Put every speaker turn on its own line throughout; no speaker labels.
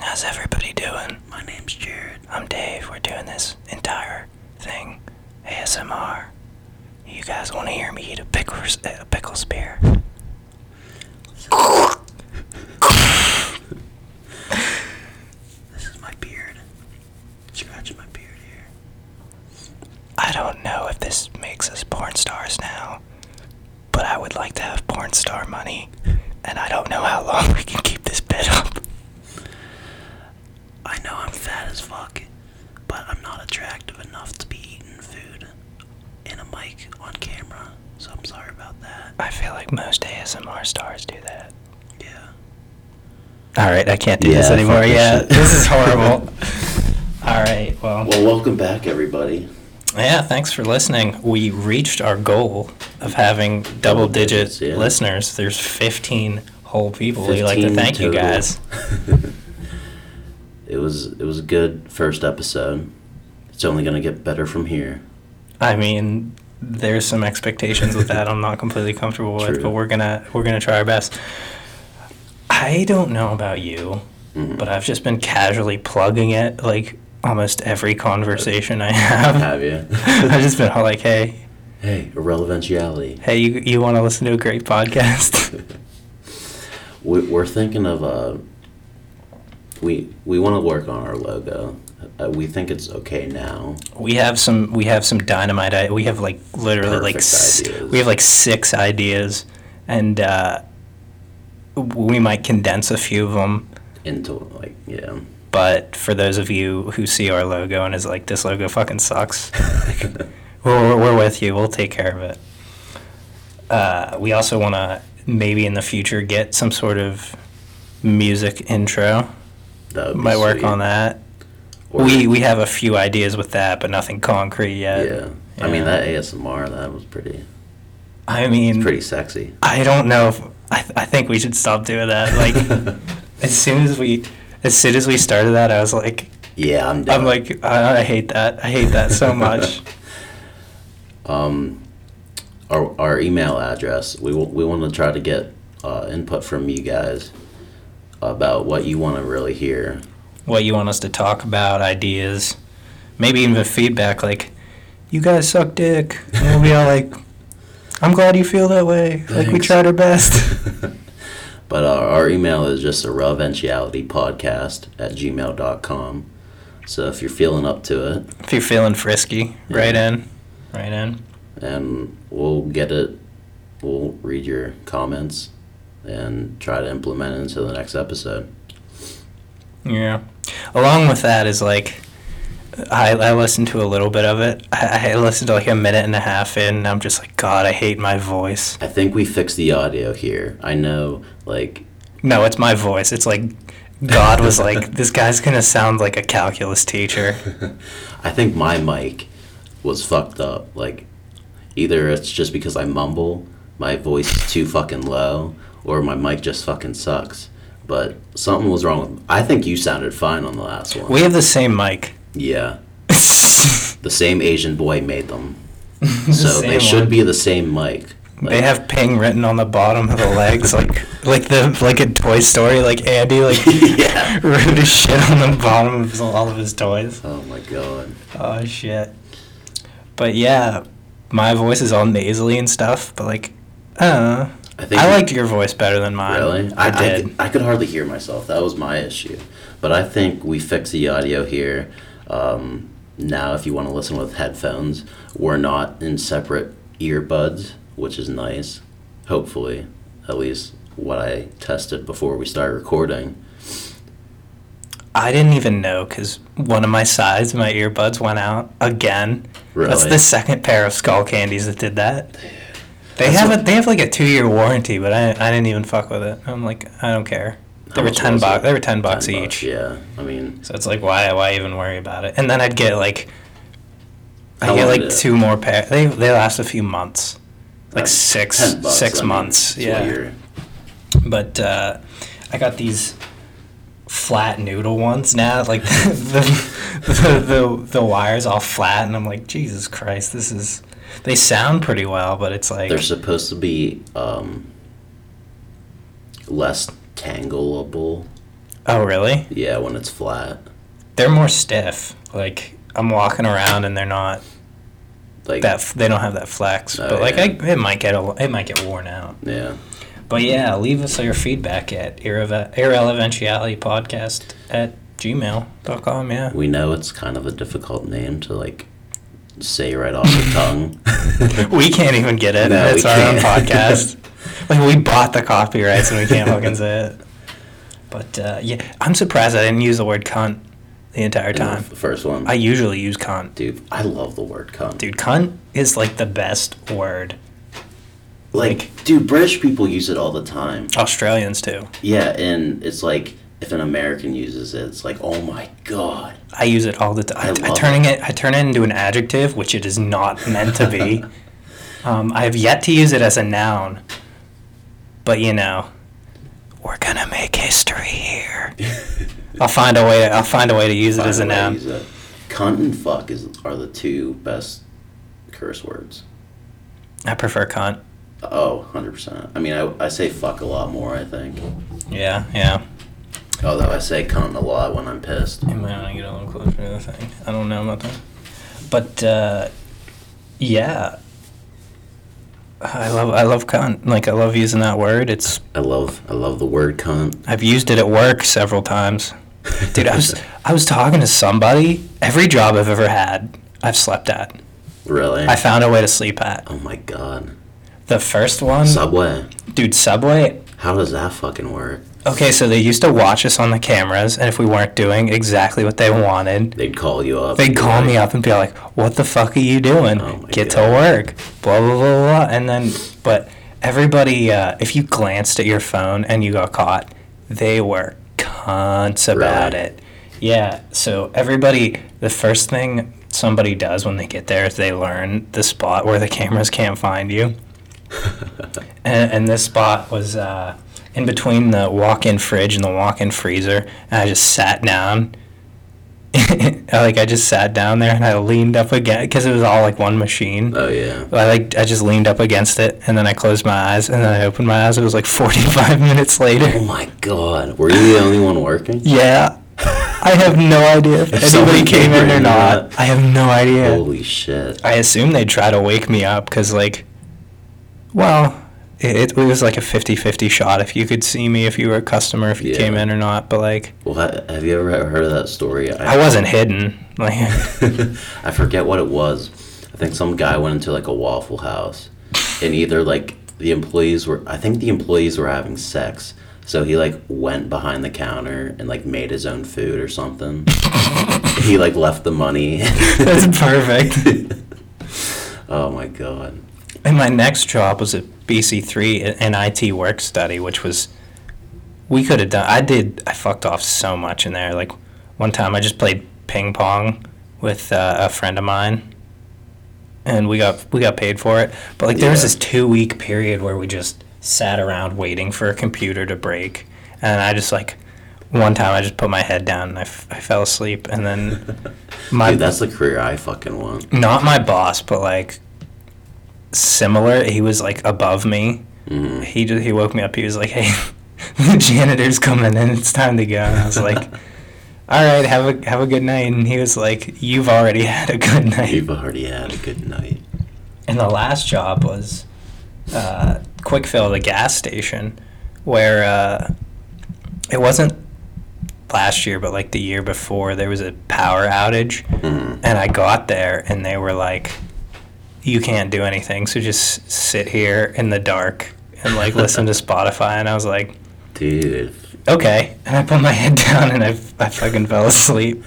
How's everybody doing? My name's Jared. I'm Dave. We're doing this entire thing ASMR. You guys want to hear me eat a pickle, a pickle spear?
This is my beard. Scratching my beard here.
I don't know if this makes us porn stars now, but I would like to have porn star money, and I don't know how long we can keep this bit up.
I know I'm fat as fuck, but I'm not attractive enough to be eating food in a mic on camera, so I'm sorry about that.
I feel like most ASMR stars do that.
Yeah.
All right, I can't do
Yeah,
this
fuck
anymore.
this
Yeah,
shit.
this is horrible. All right, well,
Well, welcome back, everybody.
yeah, thanks for listening. We reached our goal of having double digit
digits, yeah.
listeners. There's 15 whole people. We'd like to
15
thank you
total.
guys.
It was it was a good first episode. It's only gonna get better from here.
I mean, there's some expectations with that I'm not completely comfortable with,
True.
but we're gonna we're gonna try our best. I don't know about you,
Mhm.
but I've just been casually plugging it like almost every conversation I have.
Have you?
I've just been all like, hey,
hey, irrelevantiality.
hey, you you want to listen to a great podcast?
We, we're thinking of uh, we we want to work on our logo. Uh, we think it's okay now.
we have some we have some dynamite. I- We have like literally
Perfect
like s-
ideas.
we have like six ideas, and uh, we might condense a few of them.
Into like yeah,
But for those of you who see our logo and is like, this logo fucking sucks, we're, we're with you. We'll take care of it. Uh, we also want to maybe in the future get some sort of music intro.
that would be
Might work
sweet.
on that.
Or-
we we have a few ideas with that, but nothing concrete yet.
yeah. I mean that ASMR that was pretty
I mean,
pretty sexy.
I don't know. If, I th- I think we should stop doing that. Like as soon as we as soon as we started that, I was like,
yeah, I'm done.
I'm like, I, I hate that. I hate that so much.
um, our, our email address. We, w- we want to try to get uh, input from you guys about what you want to really hear.
what you want us to talk about, ideas, maybe even feedback like, you guys suck dick. And we'll be all like, I'm glad you feel that way. Like, we
Thanks.
tried our best.
But our, our email is just a releventiality podcast at gmail.com. So if you're feeling up to it,
if you're feeling frisky, right in. Right in.
and we'll get it, we'll read your comments and try to implement it into the next episode.
Yeah. Along with that is like, I, I listened to a little bit of it. I, I listened to like a minute and a half in, and I'm just like, God, I hate my voice.
I think we fixed the audio here. I know, like,
No, it's my voice. It's like, God was like, this guy's going to sound like a calculus teacher.
I think my mic was fucked up. Like, either it's just because I mumble, my voice is too fucking low, or my mic just fucking sucks. But something was wrong with. I think you sounded fine on the last one.
We have the same mic.
yeah. the same Asian boy made them, so they
same
should
one.
be the same mic. Like,
They have ping written on the bottom of the legs, like like the like a Toy Story, like Andy, like
Yeah.
wrote his shit on the bottom of his, all of his toys.
Oh my god.
Oh shit! But yeah, my voice is all nasally and stuff. But like, I don't know.
I think
I
you-
liked your voice better than mine.
Really?
I,
I,
did.
could, I could hardly hear myself. That was my issue. But I think we fixed the audio here. Um, now, if you want to listen with headphones, we're not in separate earbuds, which is nice. Hopefully, at least what I tested before we started recording.
I, didn't even know because one of my sides, of my earbuds went out again. That's
Really?
the second pair of skull candies that did that. They have a, they have like a two year warranty, but I, I didn't even fuck with it. I'm like I don't care. They
How
were
much
ten
was
bucks.
it?
They were ten bucks each.
yeah. I mean,
So it's like why why even worry about it? And then I'd get like I
How
get
long
like
did it-
two more pair. They they last a few months, like
that's
six
10 bucks,
six
I mean,
months.
it's what
yeah.
you're-
But uh, I got these flat noodle ones now. Like the the, the, the wires all flat, and I'm like, Jesus Christ, this is. They sound pretty well, but it's like
They're supposed to be um, less tangleable.
Oh, really?
Yeah, when it's flat.
They're more stiff. Like I'm walking around and they're not
Like
that. f- They don't have that flex.
Oh,
but like
yeah.
I, it might get a, it might get worn out.
Yeah.
But yeah, leave us your feedback at irreve- irrelevantialitypodcast at gmail.com. Yeah.
We know it's kind of a difficult name to like say right off the tongue.
We can't even get it.
No,
it's
we
our own
can't.
podcast. like we bought the copyrights and we can't fucking say it. But uh, yeah, I'm surprised I didn't use the word cunt the entire
Yeah,
time.
The first one.
I usually use cunt.
Dude, I love the word cunt.
Dude, cunt is like the best word.
like, dude, British people use it all the time.
Australians too.
Yeah, and it's like if an American uses it, it's like, oh my god.
I use it all the
I
time. I,
love
turning it. I turn it into an adjective, which it is not meant to be. um, I have yet to use it as a noun, but you know, we're gonna make history here. I'll find a way. To, I'll find a way to use it as a
Find way to
noun.
use it. Cunt and fuck is are the two best curse words.
I prefer cunt.
Oh, 100%. I mean, I, I say fuck a lot more, I think.
Yeah, yeah.
Although I say cunt a lot when I'm pissed.
You might want to get a little closer to the thing. I don't know about that, but uh, yeah. I love I love cunt. Like I love using that word. It's
I love I love the word cunt.
I've used it at work several times. Dude, I was I was talking to somebody. Every job I've ever had, I've slept at.
Really?
I found a way to sleep at.
oh my god.
The first one,
Subway.
dude, Subway.
How does that fucking work?
Okay, so they used to watch us on the cameras, and if we weren't doing exactly what they wanted,
They'd call you up.
they'd call me up and be like, "What the fuck are you doing?
Oh my
Get
God.
to work." Blah blah blah blah. And then, but everybody, uh, if you glanced at your phone and you got caught, they were cunts about
Really?
it. Yeah. So everybody, the first thing somebody does when they get there is they learn the spot where the cameras can't find you. and, and this spot was uh, in between the walk-in fridge and the walk-in freezer. And I just sat down. like I just sat down there and I leaned up again because it was all like one machine.
Oh yeah.
I like I just leaned up against it and then I closed my eyes and then I opened my eyes. It was like 45 minutes
Oh
later.
my god. Were you the only one working?
Yeah, I have no idea if
somebody
anybody came in
came
or
in or
not.
not.
I have no idea.
Holy shit.
I assume they'd try to wake me up because, like, well, it, it was like a 50 50 shot if you could see me, if you were a customer, if you
Yeah.
came in or not. But, like,
Well, ha- have you ever heard of that story?
I wasn't hidden. Like,
I forget what it was. I think some guy went into like a Waffle House, and either like the employees were. I think the employees were having sex, so he like went behind the counter and like made his own food or something. he like left the money.
that's perfect.
oh my god.
And my next job was at BC3 an IT work study, which was, we could have done, I did, I fucked off so much in there. Like, one time I just played ping pong with uh, a friend of mine. and we got we got paid for it. But like there was
Yeah.
this two week period where we just sat around waiting for a computer to break, and I just like one time I just put my head down and I, f- I fell asleep, and then my
Dude, that's the career I fucking want.
not my boss, but like similar. He was like above me.
Mm-hmm.
He just, he woke me up. He was like, "Hey, the janitor's coming in. It's time to go." And I was like. All right, have a have a good night. And he was like, "You've already had a good night."
You've already had a good night.
and the last job was uh, quick fill at a gas station where uh, it wasn't last year but like the year before there was a power outage
Mm-hmm.
and i got there and they were like you can't do anything so just sit here in the dark and like listen to spotify and i was like
Dude,
okay and i put my head down and i, I fucking fell asleep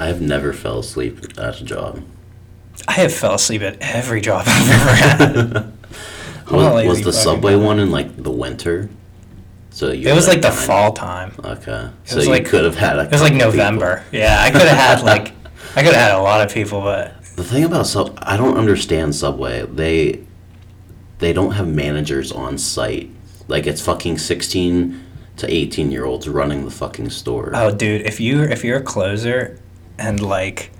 I've never fell asleep at a job.
i have fell asleep at every job i've ever had I'm a
Was,
lazy
was the
fucking
subway
guy.
one in like the winter? So you
it was
were,
like the
behind-
fall time
Okay, so
was
you
like-
could have had a.
It was like November. Yeah, I could have had like I could have had a lot of people, but
The thing about sub, I don't understand Subway. They, they don't have managers on site. Like it's fucking sixteen to eighteen year olds running the fucking store.
oh, dude, if you if you're a closer and like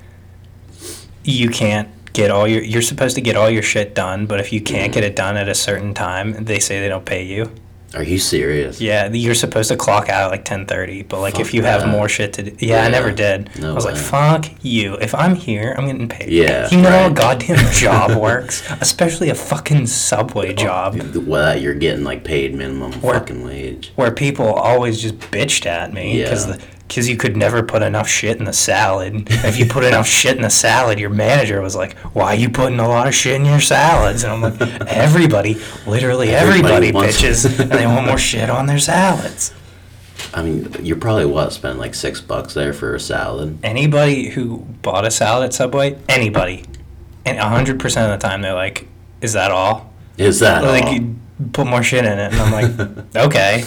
you can't get all your you're supposed to get all your shit done, but if you can't get it done at a certain time, they say they don't pay you.
Are you serious?
Yeah, you're supposed to clock out at like 10:30, but like
Fuck
if you
that.
have more shit to do, yeah,
Yeah.
I never did.
No
I was
way.
like, fuck you. If I'm here, I'm getting paid.
Yeah,
you know how a
right.
goddamn job works, especially a fucking subway
Oh,
job
Well, you're getting like paid minimum
Or-
fucking wage.
where people always just bitched at me because
Yeah.
because you could never put enough shit in the salad. if you put enough shit in the salad, your manager was like, "Why are you putting a lot of shit in your salads?" And I'm like, "Everybody, literally
Everybody
everybody,
wants-
bitches, and they want more shit on their salads."
I mean, you probably what spend like six bucks there for a salad.
anybody who bought a salad at Subway, anybody, and hundred percent of the time they're like, "Is that all?"
Is that
Like,
all?
you put more shit in it, and I'm like, "Okay."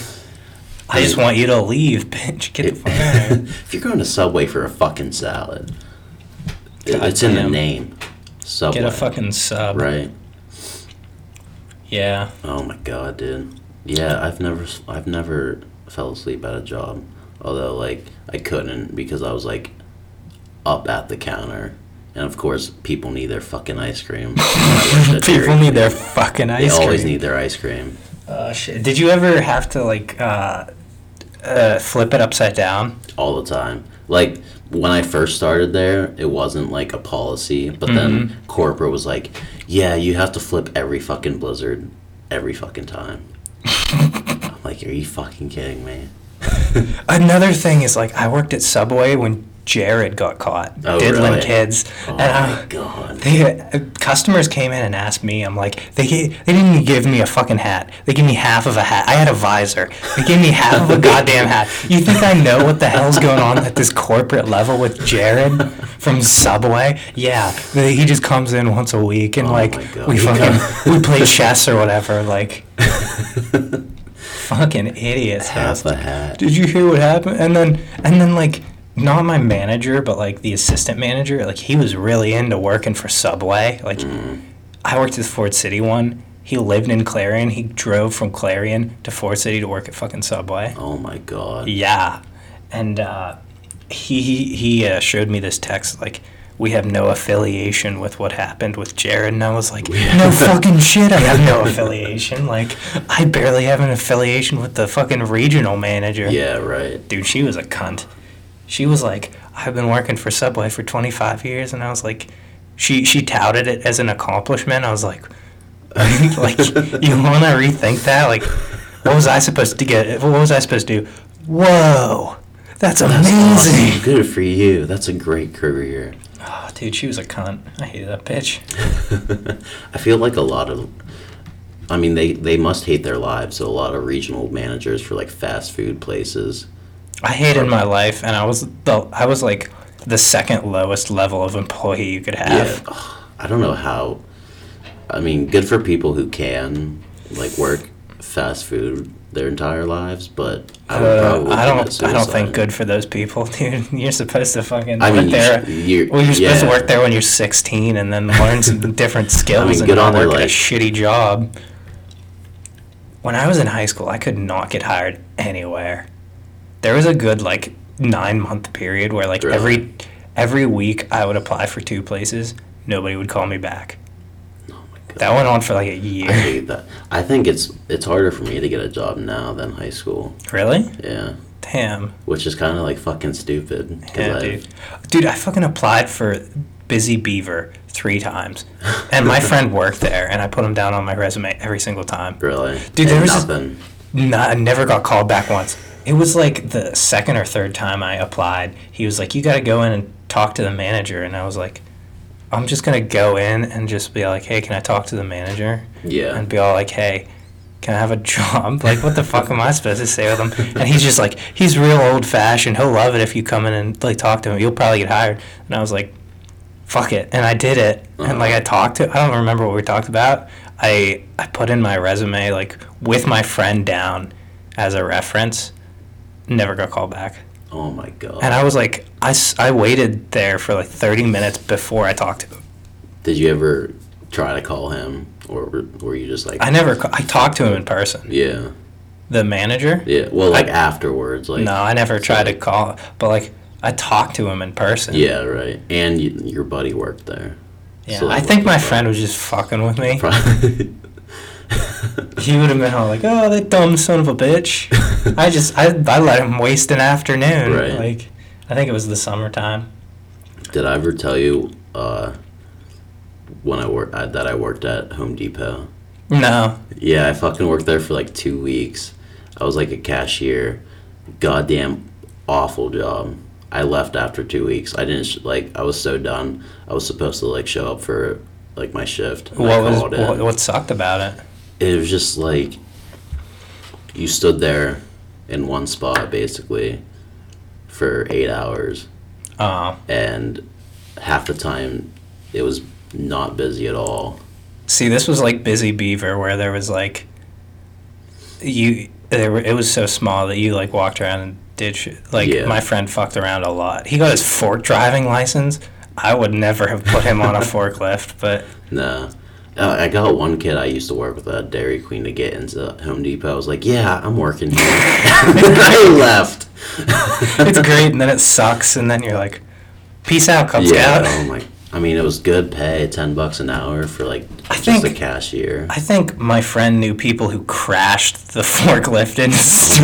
I just want you to leave, bitch. Get the fuck out of here.
if you're going to Subway for a fucking salad, it- it's in the
Goddamn.
name. Subway.
Get a fucking sub.
right.
Yeah.
Oh my god, dude. Yeah, I've never, s- I've never fell asleep at a job. Although, like, I couldn't because I was like up at the counter, and of course, people need their fucking ice cream. I worked at Dairy
People need their
Queen.
fucking
They
ice
always
cream.
need their ice cream.
Oh, shit. Did you ever have to like uh, uh, flip it upside down?
all the time. Like when I first started there, it wasn't like a policy, but
Mm-hmm.
then corporate was like, "Yeah, you have to flip every fucking blizzard every fucking time." I'm like, "Are you fucking kidding me?"
Another thing is like I worked at Subway when Jared got caught
Oh,
diddling
really?
kids,
Oh
and I,
my god.
Uh, They uh, customers came in and asked me. I'm like, they ga- they didn't even give me a fucking hat. They gave me half of a hat. I had a visor. They gave me half of a goddamn hat. You think I know what the hell's going on at this corporate level with Jared from Subway? Yeah, they, he just comes in once a week and
Oh
like
my God.
we
He
fucking
come-
we play chess or whatever. Like fucking idiots. man.
Half a hat.
Did you hear what happened? And then and then like not my manager, but like the assistant manager, like he was really into working for Subway. Like I worked at the Ford City one. He lived in Clarion. He drove from Clarion to Ford City to work at fucking Subway.
Oh my god.
Yeah, and uh, he he, he uh, showed me this text like. We have no affiliation with what happened with Jared, and I was like, "No fucking shit! I have no affiliation. Like, I barely have an affiliation with the fucking regional manager."
Yeah, right.
dude, she was a cunt. She was like, I've been working for Subway for 25 years, and I was like, she she touted it as an accomplishment. I was like, like you want to rethink that? Like, what was I supposed to get? What was I supposed to do? Whoa, that's amazing,
Awesome. Good for you. That's a great career.
oh, dude. She was a cunt. I hated that bitch.
I feel like a lot of, I mean, they, they must hate their lives. So a lot of regional managers for like fast food places
I hated my life, and I was the I was like the second lowest level of employee you could have.
Yeah. I don't know how. I mean, good for people who can like work fast food their entire lives, but I would
Uh,
probably
I
commit
don't. I don't think
suicide.
good for those people, dude. You're supposed to fucking
I
work
mean,
there.
you sh- you're-
well, you're supposed to
yeah.
work there when you're 16, and then learn some different skills
I mean,
and
good
not
on their
work at a
life.
shitty job. When I was in high school, I could not get hired anywhere. There was a good like nine month period where like
Really?
every every week I would apply for two places. Nobody would call me back. That went on for like
Oh
a
I
year.
hate that. I think it's it's harder for me to get a job now than high school.
Really?
Yeah,
Damn.
which is kind of like fucking stupid. 'cause
Yeah,
I-
dude. Dude, I fucking applied for Busy Beaver three times, and my friend worked there, and I put him down on my resume every single time.
Really,
Dude, there
And
was this-
nothing.
No, I never got called back once. It was like the second or third time I applied. He was like, "You got to go in and talk to the manager," and I was like, "I'm just gonna go in and just be like, hey, can I talk to the manager?"
yeah,
and be all like, "Hey, can I have a job?" Like, what the fuck am I supposed to say with him? And he's just like, he's real old fashioned. He'll love it if you come in and like talk to him. You'll probably get hired. And I was like, "Fuck it," and I did it. And like, I talked to. I don't remember what we talked about. I I put in my resume like with my friend down as a reference. Never got called back.
oh my god.
And I was like, I, s- I waited there for like 30 minutes before I talked to him.
Did you ever try to call him, or were, were you just like,
I never, ca- I talked to him in person.
yeah,
The manager?
yeah? Well, like
I-
afterwards, like
No, I never tried to call, but like I talked to him in person.
yeah, right. And you, your buddy worked there.
Yeah,
so
I
like,
think my
what the
friend was just fucking with me.
Probably.
He would have been all like, "Oh, that dumb son of a bitch." I just I, I let him waste an afternoon.
Right.
Like I think it was the summertime.
Did I ever tell you uh, when I worked that I worked at Home Depot?
No.
Yeah, I fucking worked there for like two weeks. I was like a cashier. Goddamn awful job. I left after two weeks. I didn't sh- like. I was so done. I was supposed to like show up for like my shift. and I
What was
called in.
what, what sucked about it?
it was just like you stood there in one spot basically for eight hours
Uh,
and half the time it was not busy at all
see, this was like Busy Beaver, where there was like you. There were, it was so small that you like walked around and did shit. Like
Yeah.
my friend fucked around a lot. He got his fork driving license. I would never have put him on a forklift, but
no uh, i got one kid i used to work with at dairy queen to get into home depot i was like yeah i'm working here i left
it's great, and then it sucks, and then you're like, "Peace out, Cub
yeah
Scout."
oh my i mean it was good pay 10 bucks an hour for like just a
think-
cashier
I think my friend knew people who crashed the forklift
oh
into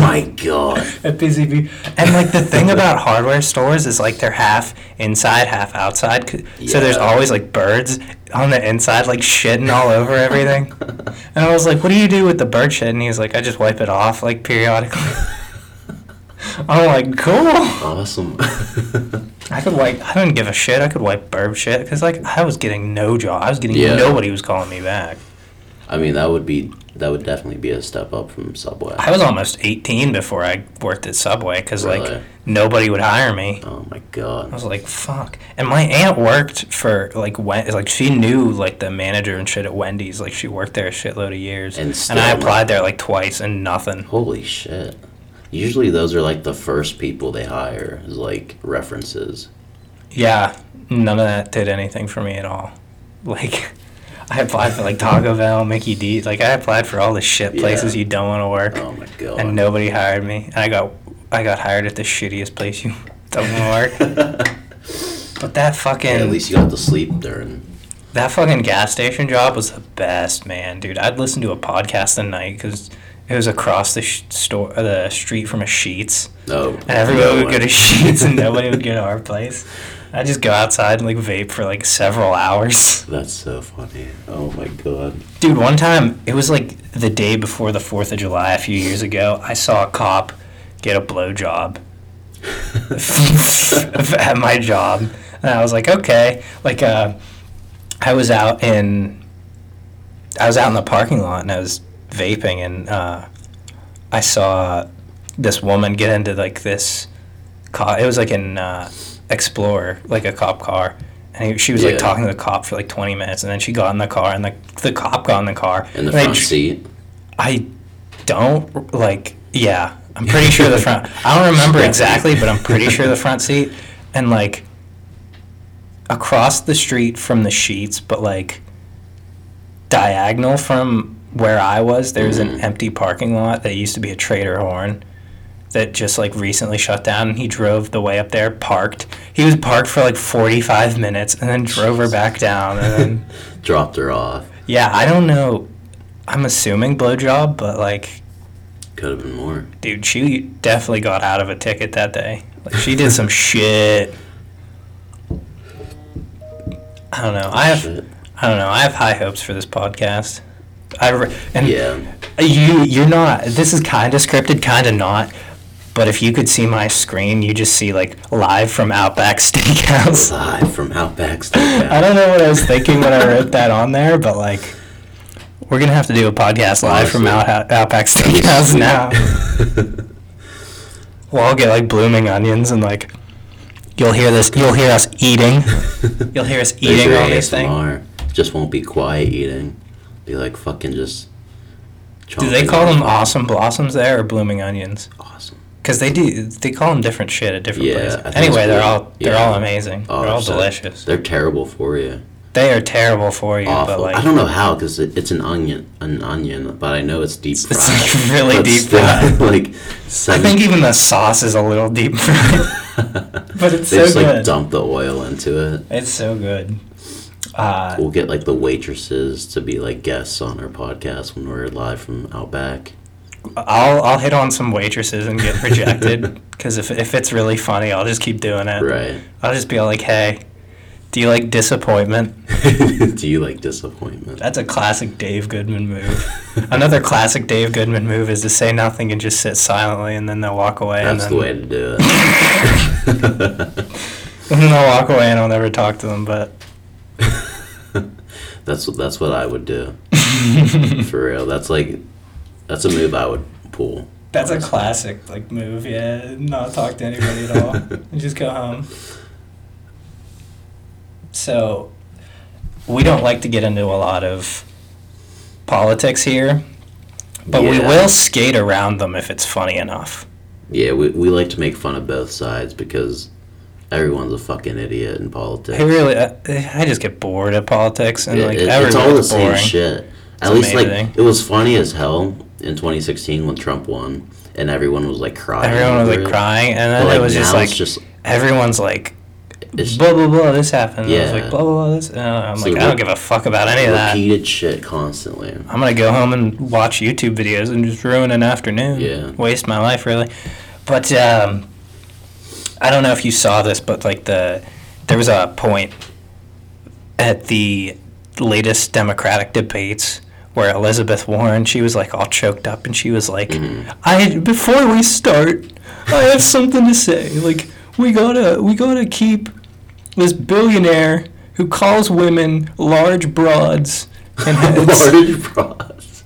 my god
a busy bee. And like the thing about hardware stores is like they're half inside, half outside. c- So there's
Yeah.
always like birds on the inside, like shitting all over everything. and I was like, "What do you do with the bird shit?" And he was like, "I just wipe it off like periodically." I'm like, "Cool."
awesome
I could wipe. I didn't give a shit. I could wipe burb shit because like I was getting no job. I was getting
Yeah.
nobody was calling me back.
I mean, that would be that would definitely be a step up from Subway.
I was almost 18 before I worked at Subway because like
Really?
nobody would hire me.
Oh my
I
god!
was like, fuck. And my aunt worked for like when like she knew like the manager and shit at Wendy's. Like she worked there a shitload of years.
And
And,
still
I
not-
applied there like twice and nothing.
Holy shit! Usually, those are like the first people they hire is like references.
Yeah, none of that did anything for me at all. Like. I applied for like Taco Bell, Mickey D's. Like I applied for all the shit
Yeah.
places you don't want to work.
Oh my god!
and nobody hired me. And I got I got hired at the shittiest place you don't wanna work. But that fucking
At least you got to sleep during.
that fucking gas station job was the best, man, dude. I'd listen to a podcast at night because it was across the sh- store, uh, the street from a Sheets,
Oh,
and everybody
no
would go to
way.
Sheets, and nobody would go to our place. I'd just go outside and like vape for like several hours.
That's so funny. Oh my god!
Dude, one time, it was like the day before the 4th of July a few years ago, I saw a cop get a blowjob at my job. And I was like, okay. Like, uh, I was out in. I was out in the parking lot and I was vaping and uh, I saw this woman get into like this cop. It was like an uh, Explorer, like a cop car, and he, she was
Yeah.
like talking to the cop for like twenty minutes, and then she got in the car, and the the cop got in the car.
In the
and I
front
dr-
seat.
I don't like. Yeah, I'm pretty sure the front. I don't remember exactly, but I'm pretty sure the front seat, and like across the street from the sheets, but like diagonal from where I was, there's an empty parking lot that used to be a Trader Horn that just like recently shut down and he drove the way up there parked he was parked for like 45 minutes and then drove her back down and then
Dropped her off.
yeah, I don't know. I'm assuming blowjob, but like,
Could have been more.
dude, she definitely got out of a ticket that day. Like, she did some shit. I don't know. I have,
Shit.
I don't know. I have high hopes for this podcast. I re- and
Yeah.
you, you're not. This is kind of scripted, kind of not. But if you could see my screen, you just see like live from Outback Steakhouse.
Live from Outback
I
Steakhouse.
don't know what I was thinking when I wrote that on there, but like, we're gonna have to do a podcast live from out,
Honestly.
Outback Steakhouse now. we'll all get like blooming onions and like, you'll hear this. You'll hear us eating. You'll hear us
There's
eating
your
all these things.
ASMR. Just won't be quiet eating. Be like fucking just.
Do they
chomping
call
on
them awesome blossoms there or blooming onions?
Awesome.
Because they do. They call them different shit at different
Yeah, I
places.
think
Anyway,
it's
they're
blue-
all they're
yeah.
all amazing. they're all
so
delicious.
They're terrible for you.
They are terrible for you,
Awful.
but like
I don't know how because it, it's an onion, an onion, but I know it's deep fried.
it's, like, really
But
deep
still,
fried.
like
I
seven.
think even the sauce is a little deep fried. but it's
they
so
just
good.
like dump the oil into it.
it's so good. Uh,
We'll get like the waitresses to be like guests on our podcast when we're live from out back.
I'll I'll hit on some waitresses and get rejected because if if it's really funny, I'll just keep doing it.
Right.
I'll just be like, hey, do you like disappointment?
Do you like disappointment?
That's a classic Dave Goodman move. Another classic Dave Goodman move is to say nothing and just sit silently, and then they'll walk away. and
That's
then,
the way to do it.
And then they'll walk away, and I'll never talk to them. But
that's what that's what I would do. For real. That's like that's a move I would pull.
that's a
honestly.
classic like move. Yeah, not talk to anybody at all, and just go home. So, we don't like to get into a lot of politics here, but we
Yeah.
will skate around them if it's funny enough.
Yeah, we, we like to make fun of both sides because everyone's a fucking idiot in politics.
I really, I, I just get bored of politics, and
It-
like
it- it's all the
everyone's
same
boring.
shit. At
It's
least
amazing.
like it was funny as hell in 2016 when Trump won and everyone was like crying.
Everyone was
over
like
it.
crying, and
But,
then it was just
now
like
it's just
everyone's like
it's
blah blah blah. This happened. I was
Yeah.
like blah blah blah. This. And I'm
So
like
re-
I don't give a fuck about any of that.
repeated shit constantly.
I'm gonna go home and watch YouTube videos and just ruin an afternoon.
Yeah.
Waste my life really. But um, I don't know if you saw this, but like the there was a point at the latest Democratic debates where Elizabeth Warren, she was like all choked up and she was like,
Mm-hmm.
I before we start, I have something to say. Like we gotta we gotta keep this billionaire who calls women large broads and
Large bras.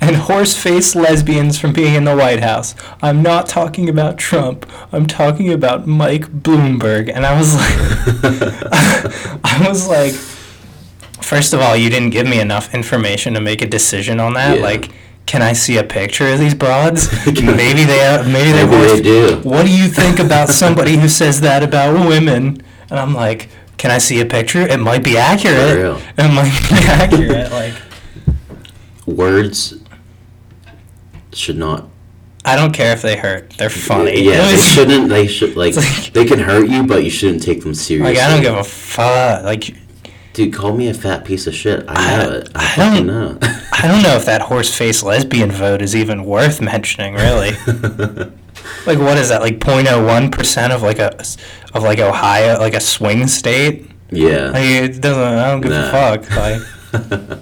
and horse-faced lesbians from being in the White House. I'm not talking about Trump. I'm talking about Mike Bloomberg. And I was like, I was like, first of all, you didn't give me enough information to make a decision on that.
Yeah.
Like, can I see a picture of these broads? maybe they, are- maybe they're
Maybe
horse-
they do.
What do you think about somebody who says that about women? And I'm like, can I see a picture? It might be accurate.
For real.
It might be accurate. Like.
Words should not.
I don't care if they hurt. They're funny.
Yeah, they
Like,
shouldn't. They should like,
like-
they can hurt you, but you shouldn't take them seriously.
Like I don't give a fuck. Like
Dude, call me a fat piece of shit. I know it. I,
I don't-
fucking know.
I don't know if that horse face lesbian vote is even worth mentioning, really. like what is that? Like 0.01 percent of like a of like Ohio, like a swing state. Like
yeah,
it doesn't. I don't give
Nah.
a fuck. Like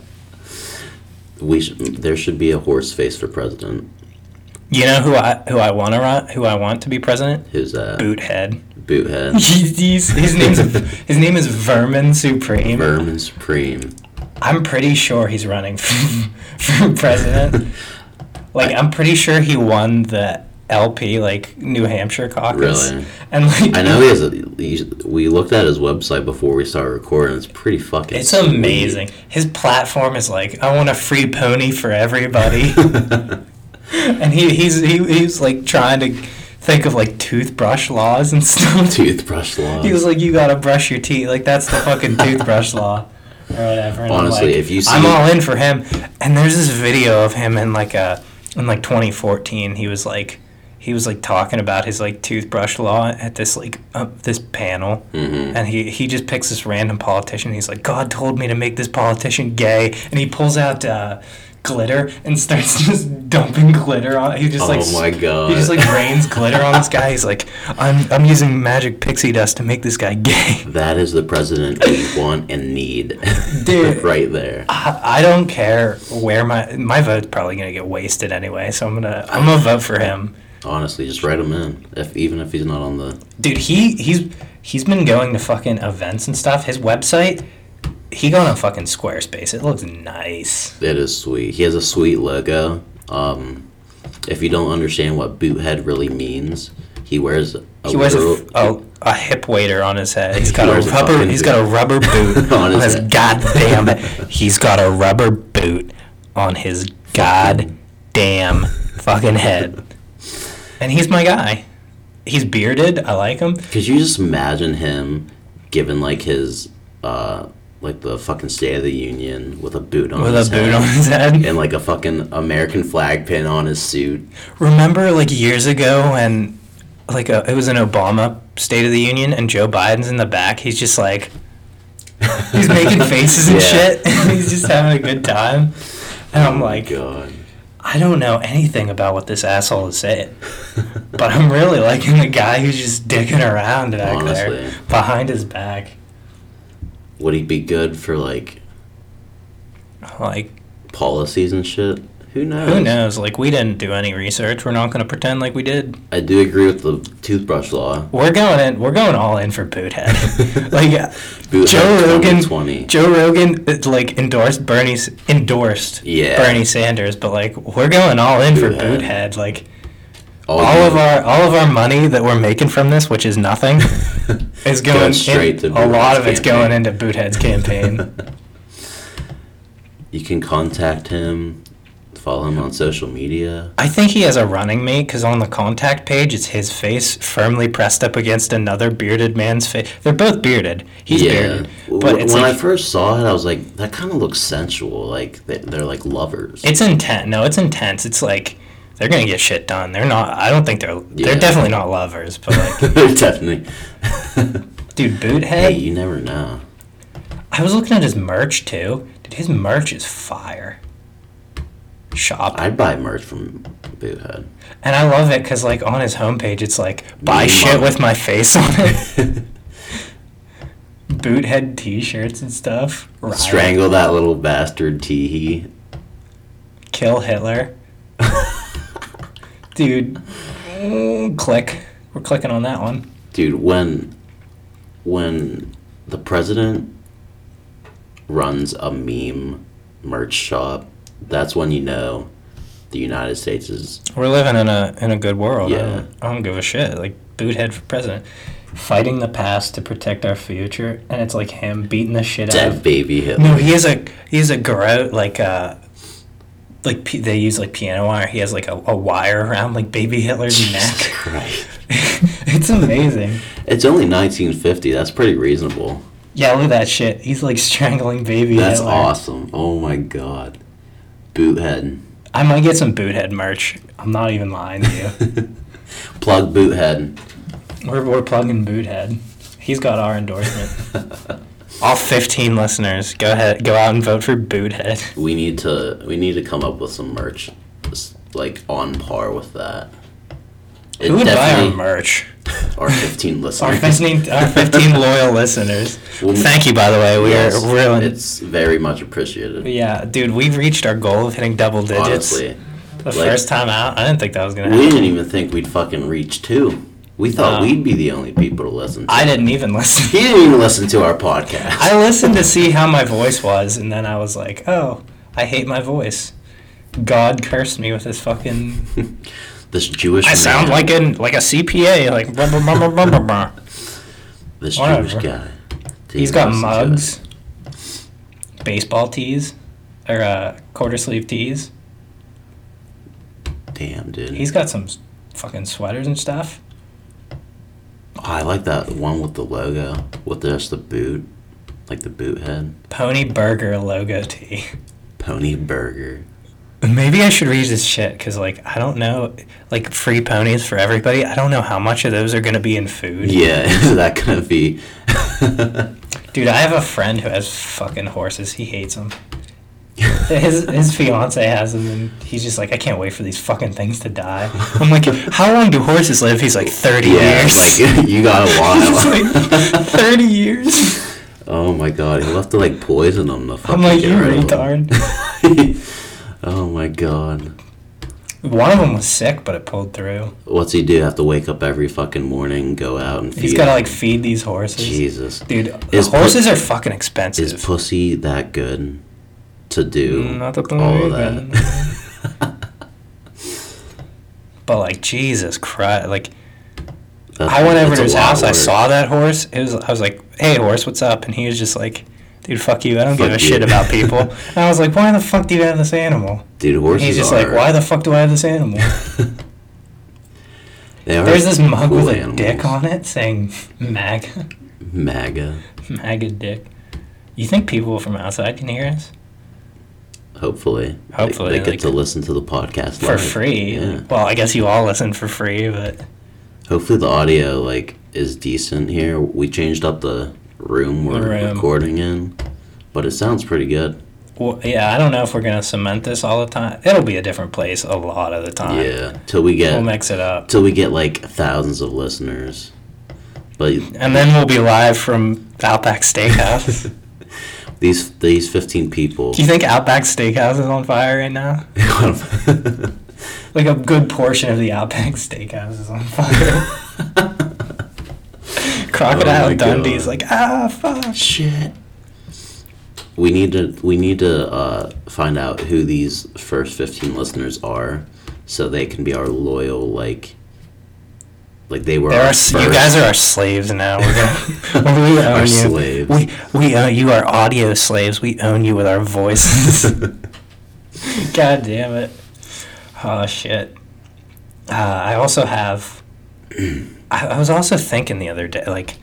we sh- there should be a horse face for president.
you know who I who I want to who I want to be president?
Who's that?
Boothead.
Boothead.
He's, he's, his name's his name is Vermin Supreme.
Vermin Supreme.
I'm pretty sure he's running for, for president. like, I'm pretty sure he won the LP, like New Hampshire caucus.
Really?
And like,
I know he has a. He, we looked at his website before we started recording. It's pretty fucking.
it's
sweet.
amazing. His platform is like, I want a free pony for everybody. and he, he's he, he's like trying to think of like toothbrush laws and stuff.
Toothbrush law.
He was like, "You gotta brush your teeth." Like that's the fucking toothbrush law, or whatever. And I'm
Honestly,
like,
if you see-
I'm all in for him. And there's this video of him in like a in like 2014. He was like, he was like talking about his like toothbrush law at this like uh, this panel,
Mm-hmm.
and he he just picks this random politician. He's like, "God told me to make this politician gay," and he pulls out. Uh, glitter and starts just dumping glitter on he just like
Oh my God.
he just like rains glitter on this guy he's like i'm i'm using magic pixie dust to make this guy gay
That is the president we want and need.
Dude.
right there.
I, I don't care where my my vote's probably gonna get wasted anyway so i'm gonna i'm gonna vote for him
Honestly, just write him in. If even if he's not on the
dude he he's he's been going to fucking events and stuff his website he got on fucking squarespace it looks nice
It is sweet. He has a sweet logo. Um, if you don't understand what boothead really means, he wears a
he wears a,
literal-
f- a, a hip waiter on his head. He's
He
got
wears
a
a
rubber.
fucking
He's got a rubber
On
boot on
his
his
head.
goddamn. He's got a rubber boot on his goddamn fucking head. And he's my guy. He's bearded. I like him.
Could you just imagine him given like his uh, like the fucking State of the Union with a boot on
With
his
a boot
head
on his head.
and like a fucking American flag pin on his suit?
Remember, like years ago, when uh, like a, it was an Obama State of the Union, and Joe Biden's in the back. He's just like, He's making faces and
Yeah.
shit. He's just having a good time. And I'm
Oh my
like,
God.
I don't know anything about what this asshole is saying, but I'm really liking the guy who's just dicking around back there
Honestly.
behind his back.
Would he be good for like
Like,
policies and shit? Who knows?
who knows? Like, we didn't do any research. We're not going to pretend like we did.
I do agree with the toothbrush law.
We're going in. We're going all in for Boothead. like,
Boot
Joe
like
Rogan.
2020.
Joe Rogan uh, like endorsed Bernie S- endorsed
Yeah.
Bernie Sanders, but like we're going all in for
Boothead.
Boothead. Like
All,
all
you-
of our all of our money that we're making from this, which is nothing, is going in-
straight to
a lot
Boothead's
of it's
campaign.
going into Boothead's campaign.
You can contact him, follow him on social media.
I think he has a running mate because on the contact page it's his face firmly pressed up against another bearded man's face. They're both bearded. He's bearded,
W-
but it's
when
like,
I first saw it, I was like, that kind of looks sensual. Like they- they're like lovers.
It's intense. No, it's intense. It's like they're gonna get shit done. They're not. I don't think they're.
Yeah.
They're definitely not lovers. But like,
Definitely.
dude,
Hey,
Boothead.
you never know.
I was looking at his merch too. Dude, his merch is fire. Shop.
I'd buy merch from Boothead.
and I love it because like on his homepage, it's like buy
Me
shit
love
with my face on it. Boothead T-shirts and stuff. Riot.
Strangle that little bastard Teehee.
Kill Hitler. Dude, mm, click. We're clicking on that one.
Dude, when when the president runs a meme merch shop, that's when you know the United States is
We're living in a in a good world. I
Yeah.
don't- I don't give a shit. Like boothead for president, fighting the past to protect our future, and it's like him beating the shit out
dead
of.
baby Hitler.
Uh, No, he is a he's a garrote like uh like p- they use like piano wire. He has like a, a wire around like baby Hitler's
Jesus
neck.
Christ.
it's amazing.
It's only 1950. That's pretty reasonable.
Yeah, look at that shit. He's like strangling baby
That's
Hitler.
awesome. Oh my god. Boothead.
I might get some boothead merch. I'm not even lying to you.
Plug Boothead.
We're, we're plugging Boothead. He's got our endorsement. All 15 listeners, go ahead, go out and vote for Boothead.
We need to we need to come up with some merch that's like on par with that. It
Who would buy our
definitely
merch?
our 15
Our
listeners.
15, our 15 loyal listeners.
Well,
Thank you, by the way. We
Yes,
are really.
It's very much appreciated.
Yeah, dude, we reached our goal of hitting double digits.
honestly.
the
like-
first time out, I didn't think that was gonna
We
happen.
didn't even think we'd fucking reach two. We thought
No.
we'd be the only people to listen to.
I didn't even listen.
he didn't even listen to our podcast.
I listened to see how my voice was, and then I was like, oh, I hate my voice. God cursed me with his fucking
this Jewish
I sound
man,
like an like a CPA, like blah, blah, blah, blah, blah, blah, blah.
this
whatever.
Jewish guy. Didn't
He's got
listen to us.
mugs, baseball tees, or uh, quarter sleeve tees.
Damn, dude.
He's got some s- fucking sweaters and stuff.
Oh, I like that one with the logo, with just the boot, like the boot head.
Pony Burger logo tee.
Pony burger.
Maybe I should read this shit because like I don't know, like free ponies for everybody. I don't know how much of those are gonna be in food.
Yeah, is that gonna be?
Dude, I have a friend who has fucking horses. He hates them. His his fiance has them, and he's just like, I can't wait for these fucking things to die. I'm like, how long do horses live? He's like, thirty
Yeah,
years.
like, you got a while.
He's like, thirty years.
oh my god, he'll have to like poison them. The
I'm
fucking
like, you
get rid of them.
retard.
Oh my god,
One of them was sick, but it pulled through.
what's he do? Have to wake up every fucking morning, go out and feed.
He's gotta
them?
like feed these horses.
Jesus.
Dude,
Is pu-
horses are fucking
Is
expensive.
pussy that good to do
Mm, Not the
all of
Bolivian.
that?
But like Jesus Christ, like
That-
I went over
that's
to
Uh, a lot
his
of
house. I
work.
saw that horse. It was. I was like, "Hey, horse, what's up?" And he was just like, "Dude, fuck you. I don't give a
Fuck you."
shit about people." and I was like, "Why the fuck do you have this animal?"
Dude,
And
horses
he's just
are.
like, "Why the fuck do I have this animal?"
They are
There's this mug
cool
with a
animals.
dick on it saying "MAGA,
MAGA.
MAGA dick." You think people from outside can hear us
Hopefully. They-
Hopefully,
They, get
like-
to listen to the podcast
for
live.
free?
Yeah.
Well, I guess you all listen for free, but
Hopefully the audio like is decent here. We changed up the room we're
room.
recording in, but it sounds pretty good.
Well, yeah, I don't know if we're gonna cement this all the time. It'll be a different place a lot of the time.
Yeah, till we get
We'll mix it up,
till we get like thousands of listeners. But
and then we'll be live from Outback Steakhouse.
these these fifteen people.
Do you think Outback Steakhouse is on fire right now? Like a good portion of the Outback Steakhouse is on fire. Crocodile
Oh my
Dundee's
God.
like ah fuck.
Shit. We need to we need to uh, find out who these first fifteen listeners are, so they can be our loyal like. Like they were.
There
our
are, s- you
first-
guys are our slaves now. We're gonna, we own
Our
you.
slaves.
We we own you. Are audio slaves. We own you with our voices. God damn it! Oh shit! Uh, I also have. I, I was also thinking the other day, like,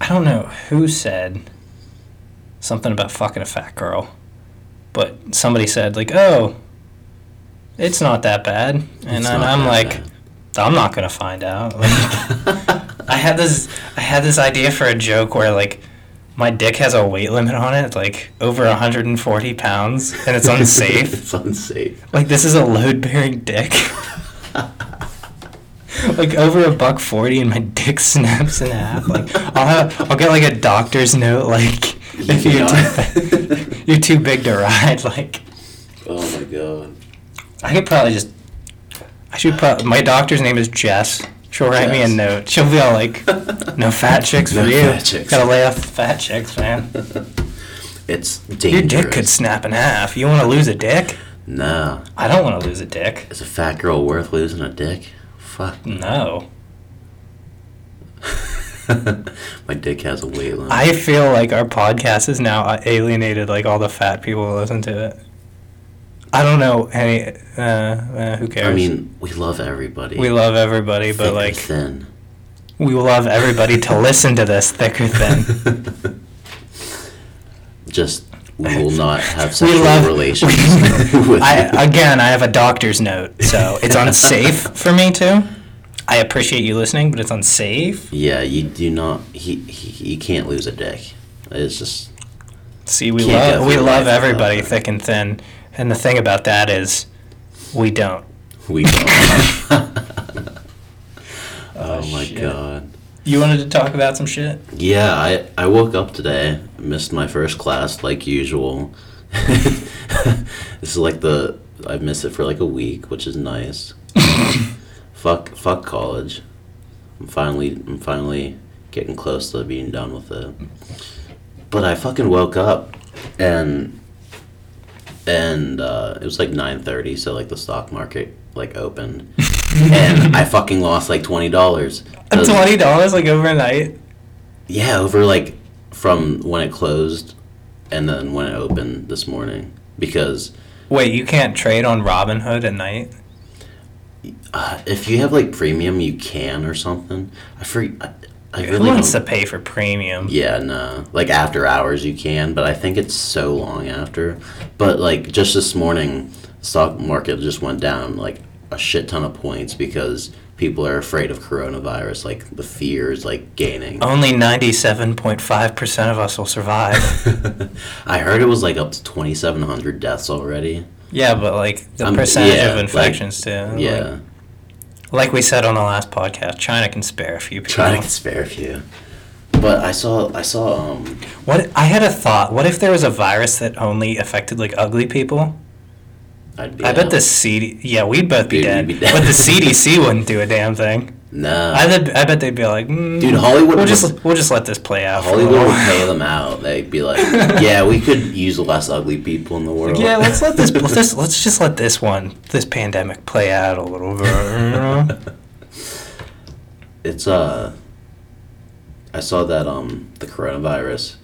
I don't know who said something about fucking a fat girl, but somebody said like, "Oh, it's not that bad," and
It's
then
not
I'm
that
like.
bad.
I'm not gonna find out. Like, I had this I had this idea for a joke where like my dick has a weight limit on it, like over 140 pounds, and it's unsafe.
it's unsafe.
like this is a load bearing dick. like over a buck 40 and my dick snaps in half. Like I'll have, I'll get like a doctor's note like if
You
you're too,
cannot-
fa- you're too big to ride. Like
Oh my god.
I could probably just. I should probably. My doctor's name is Jess. She'll write me a
Jess.
note. She'll be all like, "No fat chicks for
No
you.
fat chicks."
Gotta lay off the fat chicks, man.
It's dangerous.
Your dick could snap in half. You want to lose a dick?
Nah.
I don't want to lose a dick.
Is a fat girl worth losing a dick? Fuck.
No.
My dick has a weight limit.
I feel like our podcast is now alienated. Like all the fat people who listen to it. I don't know any. Uh, uh, who cares?
I mean, we love everybody.
we love everybody,
Thick
but
or
like
thin.
we love everybody to listen to this thicker than.
Just we will not have sexual
love-
relations with
I, again, I have a doctor's note, so it's unsafe for me to. I appreciate you listening, but it's unsafe.
Yeah, you do not. He, he, he can't lose a dick. It's just
See, we
Can't go
love we
through life
love
without
everybody,
that.
thick and thin. And the thing about that is, we don't.
we. oh, my
shit.
god.
You wanted to talk about some shit?
Yeah, I I woke up today, missed my first class like usual. this is like the I've missed it for like a week, which is nice. fuck fuck college. I'm finally I'm finally getting close to being done with it. But I fucking woke up and and uh, it was like 9:30, so like the stock market like opened. and I fucking lost like $20.
Twenty dollars, like overnight.
Yeah, over like from when it closed and then when it opened this morning because
Wait, you can't trade on Robinhood at night.
uh, if you have like premium, you can or something. I free. I, I
Who
really
wants to
don't.
pay for premium?
Yeah, no. Like after hours, you can, but I think it's so long after. But like just this morning, stock market just went down like a shit ton of points because people are afraid of coronavirus. Like the fear is like gaining.
Only ninety-seven point five percent of us will survive.
I heard it was like up to twenty seven hundred deaths already.
yeah, but like the
Um,
percentage
yeah,
of
like-
infections too.
Yeah.
like- Like we said on the last podcast, China can spare a few people.
Trying to spare a few. But I saw, I saw, um,
What I had a thought. What if there was a virus that only affected like ugly people?
I'd be.
I bet
out.
the CD. Yeah, we'd both be,
Dude,
dead,
we'd be dead.
But the CDC wouldn't do a damn thing.
No.
I bet. I bet they'd be like, mm,
Dude, Hollywood
We'll
would-
just we'll just let this play out. for a
Hollywood would
while."
pay them out. They'd be like, yeah, we could use less ugly people in the world.
Yeah, let's let this, this. Let's just let this one, this pandemic, play out a little bit. You know?
It's, uh, I saw that, um, the coronavirus,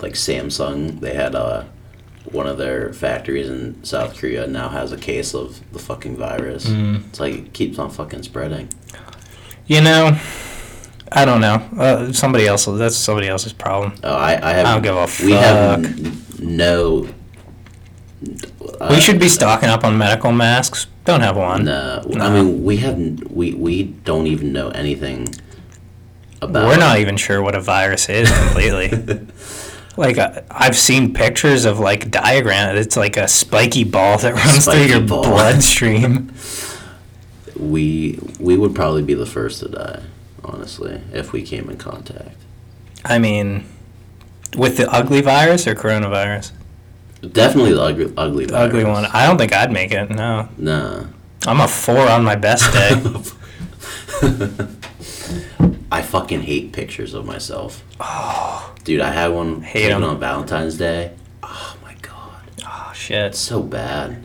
like Samsung, they had, uh, one of their factories in South Korea now has a case of the fucking virus. It's like, it keeps on fucking spreading.
You know, I don't know. Uh, somebody else. That's somebody else's problem.
Oh, I, I have.
I don't give a
We have
fuck.
n- no. Uh,
we should be stocking up on medical masks. Don't
uh,
have one.
No, I mean we have we we don't even know anything about.
We're not even sure what a virus is completely. like uh, I've seen pictures of like diagram. It's like a spiky ball that runs
Spiky
through your
ball.
bloodstream.
We we would probably be the first to die, honestly, if we came in contact.
I mean, with the ugly virus or coronavirus?
Definitely the ugly ugly
The ugly
virus.
one. I don't think I'd make it. No,
Nah.
I'm a four on my best day.
I fucking hate pictures of myself. Dude, I had one
Oh. Hate
taken
'em.
on Valentine's Day. Oh my god.
oh shit!
It's so bad.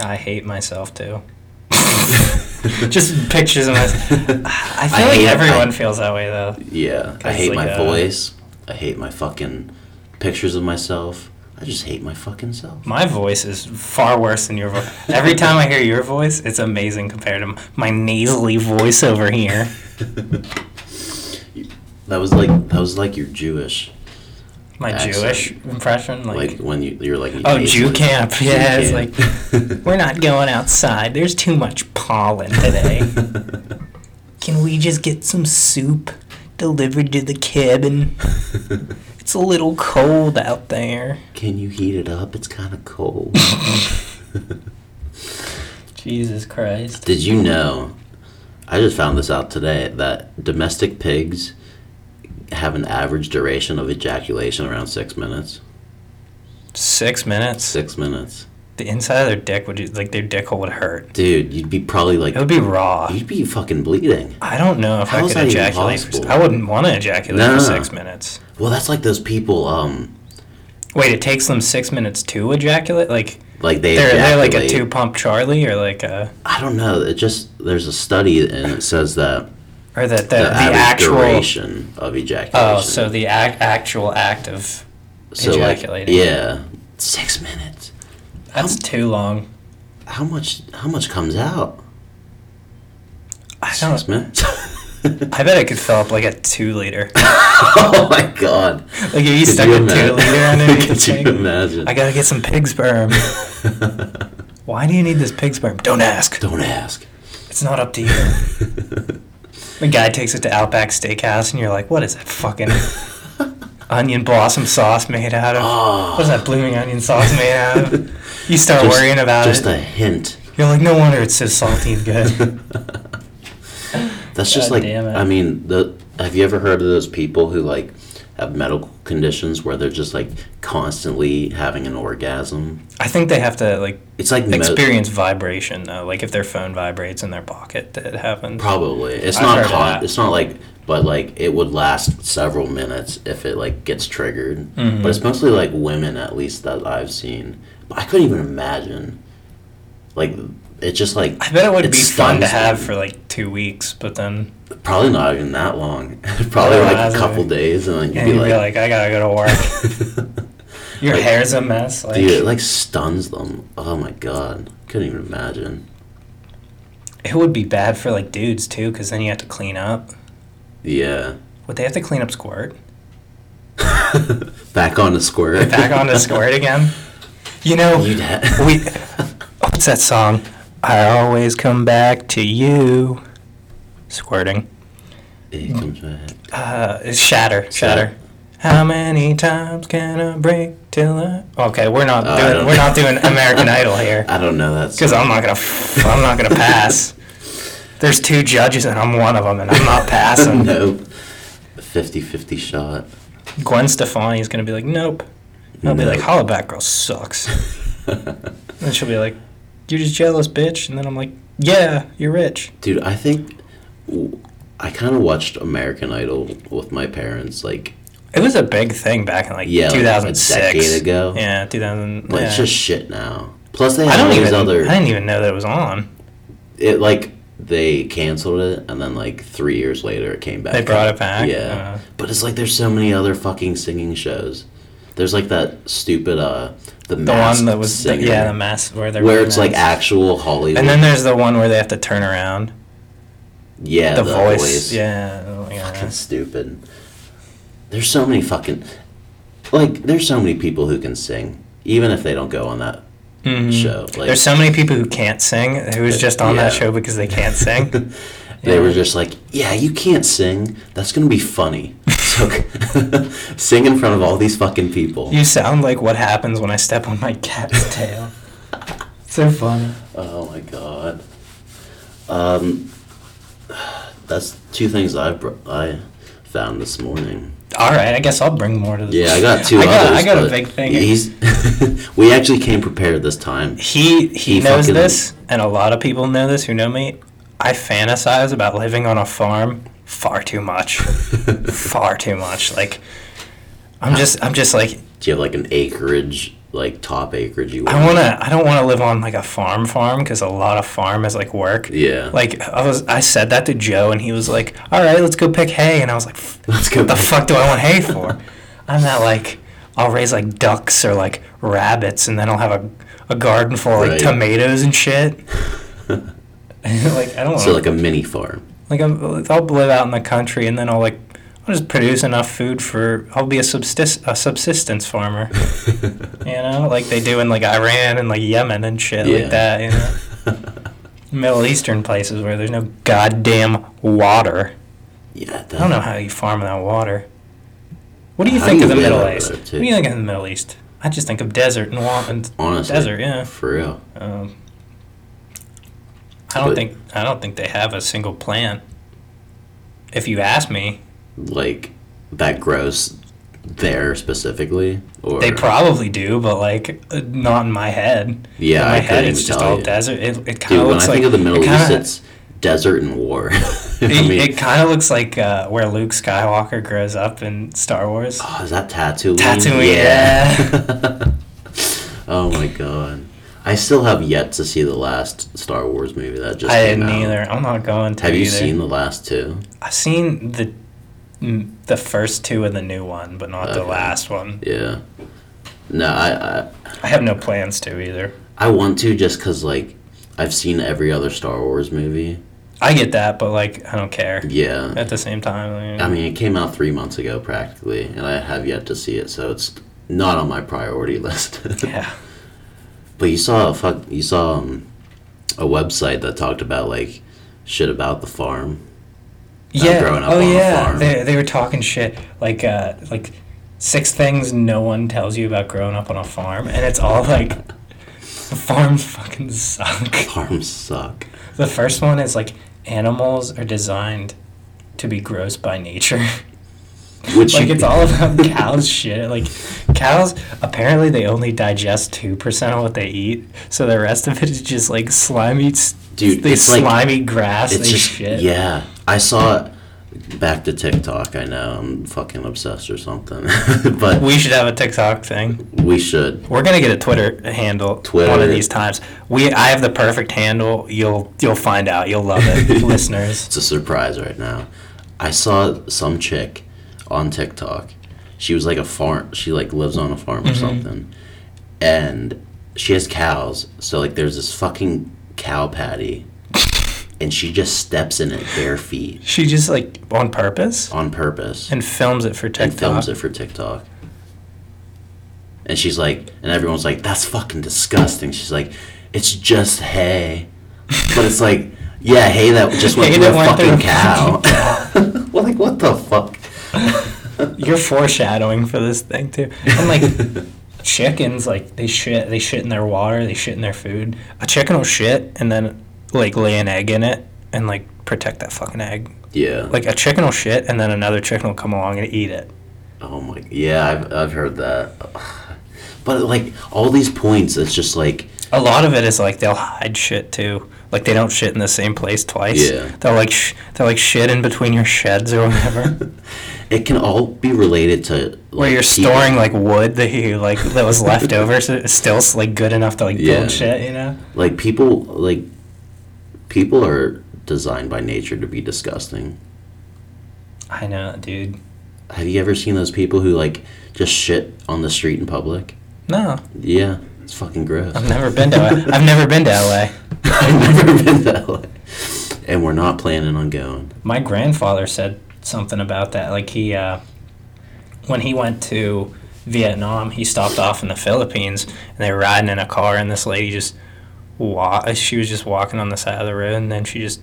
I hate myself too. Just pictures of myself. I feel
I
like
hate-
everyone
I-
feels that way though.
Yeah. I
It's
hate
like
my
a-
voice. I hate my fucking pictures of myself. I just hate my fucking self.
My voice is far worse than your voice. Every time I hear your voice, it's amazing compared to my nasally voice over here.
That was like that was like you're Jewish.
My
Accent.
Jewish impression, like,
Like when you you're like
oh,
nasally.
Jew camp.
Jew
Yeah, it's
camp.
like we're not going outside. There's too much pollen today. Can we just get some soup delivered to the cabin? It's a little cold out there.
Can you heat it up? It's kind of cold.
Jesus Christ.
Did you know? I just found this out today that domestic pigs have an average duration of ejaculation around six minutes.
Six minutes.
Six minutes,
The inside of their dick would like their dick hole would hurt.
dude. You'd be probably like,
It would be raw.
you'd be fucking bleeding.
I don't know if
How
I
is
could
that even
ejaculate. For,
possible?
I wouldn't want to ejaculate
No.
for six minutes.
Well, that's like those people. Um,
Wait, it takes them six minutes to ejaculate. Like
like they
they're they're
ejaculate.
like a two pump Charlie, or like a
I don't know. It just there's a study and it says that
or that the,
the,
the,
average
actual.
duration of ejaculation.
Oh, so the ac- actual act of
like,
ejaculating.
yeah, six minutes.
that's too long.
How much? How much comes out?
I
Six
don't.
minutes.
I bet I could fill up like a two liter.
oh my god.
Like if you
Could
stuck
you
a
imagine-
two liter underneath the
Could you
thing.
imagine?
I gotta get some pig sperm. Why do you need this pig sperm? Don't ask.
Don't ask.
It's not up to you. The guy takes it to Outback Steakhouse, and you're like, "What is that fucking onion blossom sauce made out of?
Ah.
What is that blooming onion sauce made out of?" You start
Just-
worrying about
Just
it.
a hint.
you're like, "No wonder it's so salty and good."
That's just
God
like
damn it.
I mean, the have you ever heard of those people who like have medical conditions where they're just like constantly having an orgasm?
I think they have to like
It's like mo-
experience vibration though. Like if their phone vibrates in their pocket, that it happens.
probably. It's
I've heard
not
of
caught.
that.
It's not like but like it would last several minutes if it like gets triggered.
Mm-hmm.
But it's mostly like women at least that I've seen. But I couldn't even imagine. Like it just like
I bet it would
it
be fun to
stuns
have
them.
for like two weeks, but then
Probably not even that long. Probably
Yeah,
like
that's
a couple days, and then you'd
and
be
you'd
like,
be like, "I gotta go to work." Your
Like,
hair's a mess. Like
dude, it like stuns them. Oh my god, couldn't even imagine.
it would be bad for like dudes too, because then you have to clean up.
Yeah,
Would they have to clean up squirt?
back on the square.
Back onto squirt again? You know,
You'd ha-
we. What's that song? I always come back to you. Squirting.
it comes back.
Uh, it's shatter. Shatter. How many times can I break till I? Okay, we're not
Oh, I
doing
don't
we're
know.
not doing American Idol here
I don't know that.
because
song.
I'm not gonna f- I'm not gonna pass. There's two judges and I'm one of them and I'm not passing.
nope. 50-50 shot.
Gwen Stefani's gonna be like, nope. And I'll be like,
Nope.
Hollaback Girl sucks. and she'll be like, you're just jealous, bitch. And then I'm like, yeah, you're rich.
Dude, I think w- I kind of watched American Idol with my parents. Like,
It was a big thing back in like
Yeah, like a
2006.
decade ago.
Yeah, 2000.
like it's
yeah.
just shit now. Plus, they
I
have all
don't
these
even.
other.
I didn't even know that it was on.
it like they canceled it and then like three years later it came back
They brought
up.
it back?
yeah
Uh.
but it's like there's so many other fucking singing shows there's like that stupid uh the,
The one that was
singer,
yeah, the mass where they're
where it's like
recognized.
actual hollywood
And then there's the one where they have to turn around.
yeah
The,
the,
voice.
voice,
Yeah. oh, yeah.
fucking stupid there's so many fucking like there's so many people who can sing even if they don't go on that show like
Mm-hmm. There's so many people who can't sing who was just on that
Yeah.
show because they can't sing.
They were
Yeah.
just like, yeah, you can't sing. That's going to be funny. So sing in front of all these fucking people.
You sound like what happens when I step on my cat's tail. so funny.
Oh my god. Um, that's two things I br- I found this morning.
All right, I guess I'll bring more to the.
Yeah, I got two
I got,
others.
I got a
but
big thing.
He's we actually came prepared this time.
he he
He
knows
fucking-
this, and a lot of people know this who know me. I fantasize about living on a farm far too much, far too much. Like, I'm just I'm just like
Do you have like an acreage, like top acreage? You
I wanna I don't wanna live on like a farm farm because a lot of farm is like work.
Yeah.
Like I was I said that to Joe and he was like, all right, let's go pick hay, and I was like, "F-
Let's go
What the
pick-
fuck do I want hay for? I'm not like I'll raise like ducks or like rabbits, and then I'll have a a garden full of like
Right.
tomatoes and shit. like I don't want
so like a mini farm.
like I'm, I'll live out in the country, and then I'll like I'll just produce enough food for I'll be a subsist a subsistence farmer. you know, like they do in like Iran and like Yemen and shit
Yeah.
like that. You know, Middle Eastern places where there's no goddamn water.
Yeah, that,
I don't know how you farm that water. What do you
How
think
do
of the
you live
Middle
over
East?
there,
What
too?
do you think of the Middle East? I just think of desert and, wa- and
Honestly,
desert. Yeah.
for real.
Um, I don't
But-
think I don't think they have a single plan. If you ask me,
Like that grows there specifically, or
they probably do, but like uh, not in my head.
Yeah,
in my
I
head
couldn't
it's just
tell
all
you.
desert. It, it kind
Dude,
of
when I
looks
think
like
of the Middle
it kinda,
East, it's desert and war. I
it,
mean,
kind of looks like uh, where Luke Skywalker grows up in Star Wars.
oh, is that Tatooine?
Tatooine,
oh my god, I still have yet to see the last Star Wars movie that just
I
came
didn't
out.
either. I'm not going to.
Have you
either.
seen the last two?
I've seen the mm, the first two and the new one, but not the
Okay.
last one.
Yeah. No, I
I have no plans to either.
I, I want to just because like I've seen every other Star Wars movie.
I get that, but like I don't care.
Yeah.
At the same time,
I
like,
mean, it came out three months ago practically, and I have yet to see it, so it's not on my priority list.
yeah,
But you saw a fuck. You saw um, a website that talked about like shit about the farm.
yeah.
growing up
oh
on a
yeah,
farm.
they they were talking shit like uh like six things no one tells you about growing up on a farm, and it's all like farms fucking suck.
Farms suck.
The first one is like animals are designed to be gross by nature.
Which
like
you-
it's all about cows shit like cows apparently they only digest 2% of what they eat so the rest of it is just like slimy s-
Dude,
they
it's like-
slimy grass
It's
they
just
shit
yeah. I saw it back to TikTok. I know I'm fucking obsessed or something, but
we should have a tiktok thing
we should.
we're gonna get a twitter handle one
Twitter.
of these times we i have the perfect handle you'll you'll find out you'll love it listeners
It's a surprise right now. I saw some chick on TikTok. She was like a farm. She like lives on a farm or something, and she has cows. So like, there's this fucking cow patty, and she just steps in it bare feet
she just like on purpose
on purpose
and films it for tiktok
and films it for TikTok. And she's like, and everyone's like, that's fucking disgusting. She's like, it's just hay. But it's like, yeah, hay that just went
Hay
through a
that went through
fucking
a
cow. well, like, what the fuck?
You're foreshadowing for this thing too. And like chickens, like they shit, they shit in their water, they shit in their food. A chicken will shit and then like lay an egg in it and like protect that fucking egg.
Yeah. Like,
Like a chicken will shit and then another chicken will come along and eat it.
oh my, yeah, I've, I've heard that. But like, all these points, it's just like,
A lot of it is like they'll hide shit too. Like they don't shit in the same place twice.
Yeah.
They'll like sh- they'll like shit in between your sheds or whatever.
it can all be related to. Like,
Where you're
people-
storing like wood that you like that was left over, so it's still like good enough to like build
Yeah.
shit, you know.
Like, people, like, people are designed by nature to be disgusting.
I know, dude.
Have you ever seen those people who like just shit on the street in public?
No,
Yeah, it's fucking gross.
I've never been to. I've never been to LA.
I've never been to LA, and we're not planning on going.
My grandfather said something about that. Like he, uh, when he went to Vietnam, he stopped off in the Philippines, and they were riding in a car, and this lady just, wa- she was just walking on the side of the road, and then she just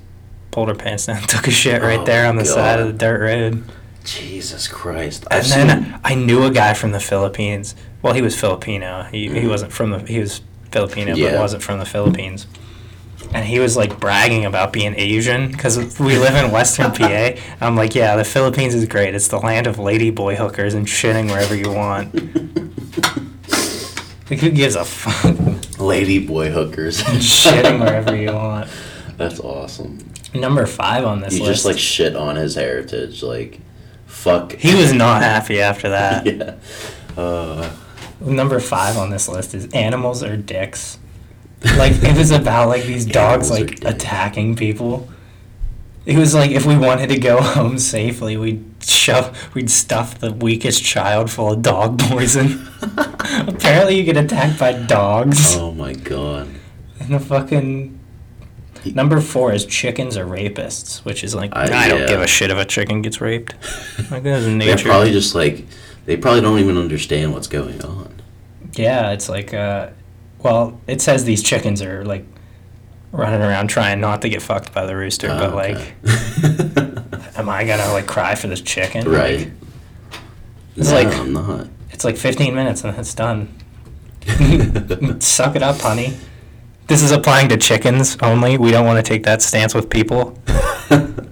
pulled her pants down, took a shit right
Oh,
there on the side of
God.
the dirt road.
Jesus Christ.
And
I've
then I knew a guy from the Philippines. Well, he was Filipino. He, he
Mhm.
wasn't from the he was Filipino, but
Yeah.
wasn't from the Philippines. And he was like bragging about being Asian because we live in Western PA. I'm like, yeah, the Philippines is great. It's the land of ladyboy hookers and shitting wherever you want. Like, who gives a fuck?
seen lady boy hookers.
shitting wherever you want.
That's awesome.
Number five on this
You
list.
just like shit on his heritage. Like, fuck.
he was not happy after that.
yeah. Uh,
Number five on this list is animals are dicks. Like it was about like these dogs
Animals are
like
dicks.
attacking people. It was like if we wanted to go home safely, we'd shove, we'd stuff the weakest child full of dog poison. Apparently, you get attacked by dogs.
oh my god.
And the fucking number four is chickens are rapists, which is like
I-
I, don't
yeah.
give a shit if a chicken gets raped. Like that's
They're
nature.
probably just like, they probably don't even understand what's going on.
Yeah, it's like, uh, well, it says these chickens are like running around trying not to get fucked by the rooster,
Ah, Oh,
but like,
like,
am I gonna like cry for this chicken? Like,
right?
It's
no,
like-
I'm not.
it's like 15 minutes and it's done. Suck it up, honey. This is applying to chickens only. We don't want to take that stance with people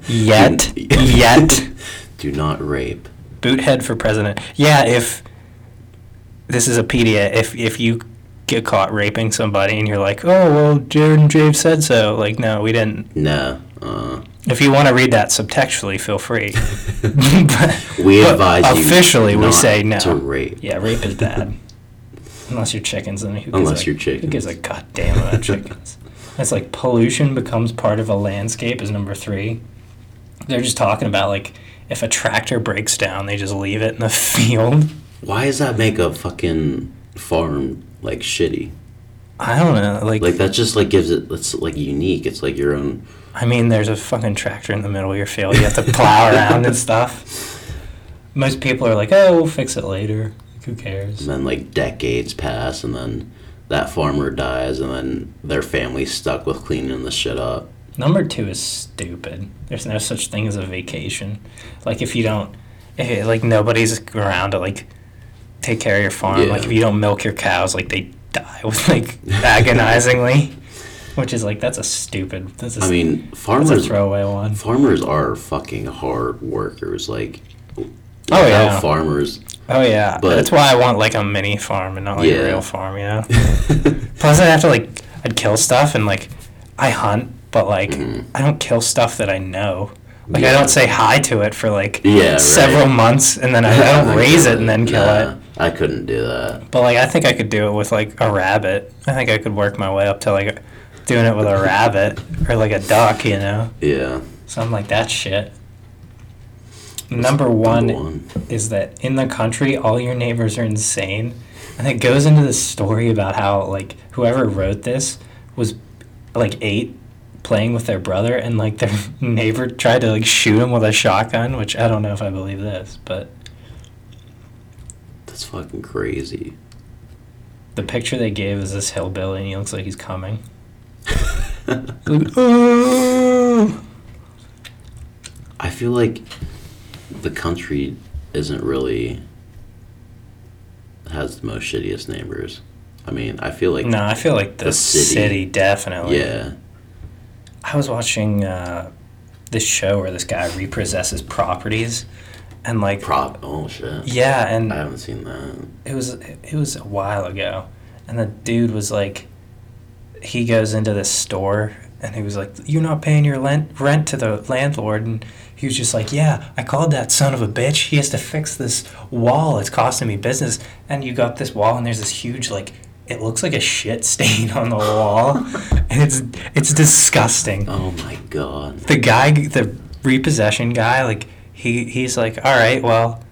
yet. yet.
Do not rape.
Boothead for president. Yeah, if this is a PDA, if if you get caught raping somebody and you're like, oh well, Jared and Jave said so. Like, no, we didn't.
No. Uh,
If you want to read that subtextually, feel free. But-
we
but
advise you
officially we
not
say no.
to rape.
Yeah, rape is bad. Unless you're chickens, and who gives
Unless
a,
you're
who
chickens.
gives a goddamn about chickens? It's like pollution becomes part of a landscape is number three. They're just talking about like if a tractor breaks down, they just leave it in the field.
Why does that make a fucking farm like shitty?
I don't know. Like,
Like that just like gives it. It's like unique. It's like your own.
I mean, there's a fucking tractor in the middle of your field. You have to plow around and stuff. Most people are like, "Oh, we'll fix it later. Like, who cares?"
And then like decades pass, and then that farmer dies, and then their family's stuck with cleaning the shit up.
Number two is stupid. There's no such thing as a vacation. Like if you don't, if, like nobody's around to like take care of your farm. Like
Yeah.
if you don't milk your cows, like they die with like agonizingly, which is like that's a stupid. That's a,
I mean,
that's a
farmers.
throwaway one.
Farmers are fucking hard workers. Like,
Oh,
without
yeah.
farmers.
Oh yeah,
But-
that's why I want like a mini farm and not like a
Yeah.
real farm. You know. Plus, I'd have to like I'd kill stuff and like I hunt, but like I don't kill stuff that I know. Like I
Yeah.
don't say hi to it for like
Yeah, right.
several months, and then I, I don't raise it and then kill
Nah,
it.
I couldn't do that.
But like I think I could do it with like a rabbit. I think I could work my way up to like doing it with a rabbit or like a duck, you know,
Yeah.
something like that. Shit. Number one,
Number one.
is that in the country all your neighbors are insane and it goes into this story about how like whoever wrote this was like eight playing with their brother and like their neighbor tried to like shoot him with a shotgun which i don't know if i believe this but
That's fucking crazy.
the picture they gave is this hillbilly and he looks like he's coming Like, "Oh."
I feel like the country isn't really has the most shittiest neighbors. I mean, I feel like
no i feel like the,
The
city.
city.
definitely
yeah,
I was watching uh, this show where this guy repossesses properties, and like,
prop. Oh shit,
yeah, and
I haven't seen that.
it was it was a while ago, and the dude was like, he goes into this store and he was like, "You're not paying your rent rent to the landlord," and he was just like, "Yeah, I called that son of a bitch. He has to fix this wall. It's costing me business." And you got this wall, and there's this huge like. It looks like a shit stain on the wall, and it's it's disgusting
Oh my god,
the guy the repossession guy like he he's like all right well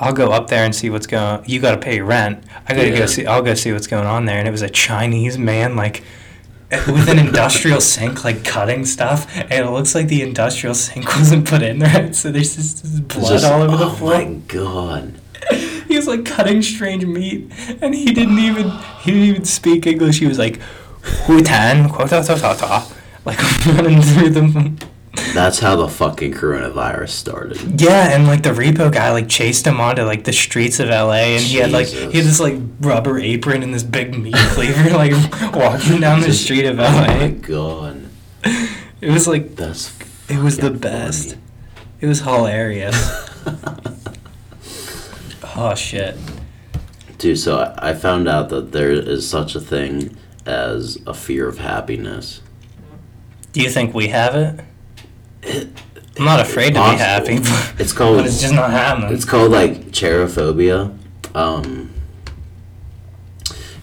i'll go up there and see what's going on you got to pay rent i gotta go
Yeah.
see i'll go see what's going on there and it was a chinese man like with an industrial sink like cutting stuff and it looks like the industrial sink wasn't put in there so there's just this
It's
blood
just-
all over the
oh
floor
my god,
he was like cutting strange meat and he didn't even he didn't even speak english he was like hutan like running through the
That's how the fucking coronavirus started.
Yeah, and like the repo guy like chased him onto like the streets of LA, and he had like he had
Jesus.
this like rubber apron and this big meat cleaver like walking down the
Just-
street of
Oh my
LA.
god.
It was like
That's
it was the
fucking
best. It was hilarious. oh shit!
funny. Dude, so I, I found out that there is such a thing as a fear of happiness.
Do you think we have it? I'm not afraid to be happy,
possible.
but,
It's called
but it's just not happening.
It's called like cherophobia. Um,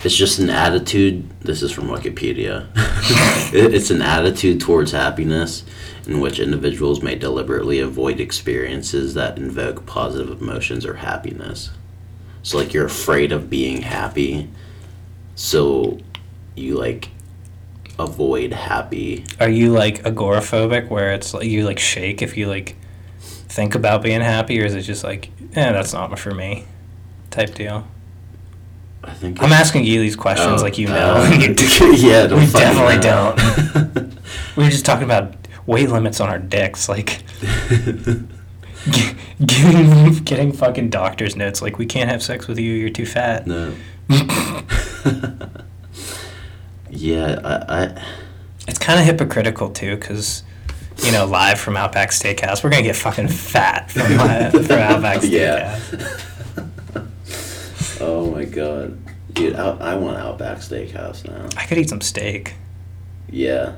it's just an attitude. This is from Wikipedia. It- it's an attitude towards happiness in which individuals may deliberately avoid experiences that invoke positive emotions or happiness. So, like, you're afraid of being happy, so you like avoid happy.
Are you like agoraphobic, where it's like you like shake if you like think about being happy, or is it just like, eh, that's not for me, type deal?
I think
I'm asking you these questions
Oh,
like you
uh,
know.
yeah, don't
We
fucking
definitely
know.
we were just talking about weight limits on our dicks, like g- getting getting fucking doctor's notes, like we can't have sex with you, you're too fat.
No. yeah, I, I
It's kind of hypocritical too, because. You know, live from Outback Steakhouse, we're gonna get fucking fat from, my, from Outback Steakhouse.
Yeah. Oh my god, dude! Out, I want Outback Steakhouse now.
I could eat some steak.
Yeah,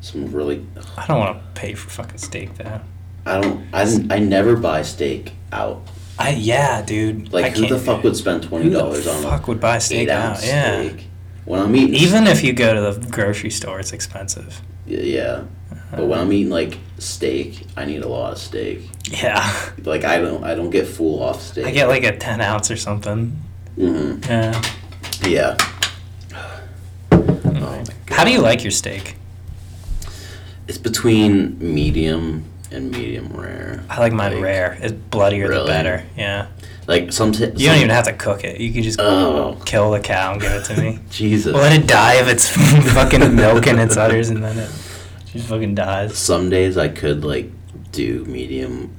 some really.
I don't want to pay for fucking steak though.
I don't. I didn't- I never buy steak out.
I yeah, dude.
Like
I
who the
can't-
fuck would spend
who
twenty
the
dollars on
fuck would buy steak
eight
out?
ounce
Yeah.
steak? When I'm eating,
Even if you go to the grocery store, it's expensive.
yeah, yeah. but when I'm eating like steak, I need a lot of steak.
Yeah,
Like I don't, I don't get full off steak.
I get like a ten ounce or something.
Mhm.
Yeah.
Yeah.
Oh How do you like your steak?
It's between medium and medium rare.
I like mine
Like-
rare. It's bloodier
Really?
the better. Yeah.
Like some. t-
You
some-
don't even have to cook it. You can just
Oh
kill the cow and give it to me.
Jesus!
Let it die of its fucking milk and its udders, and then it just fucking dies.
Some days I could like do medium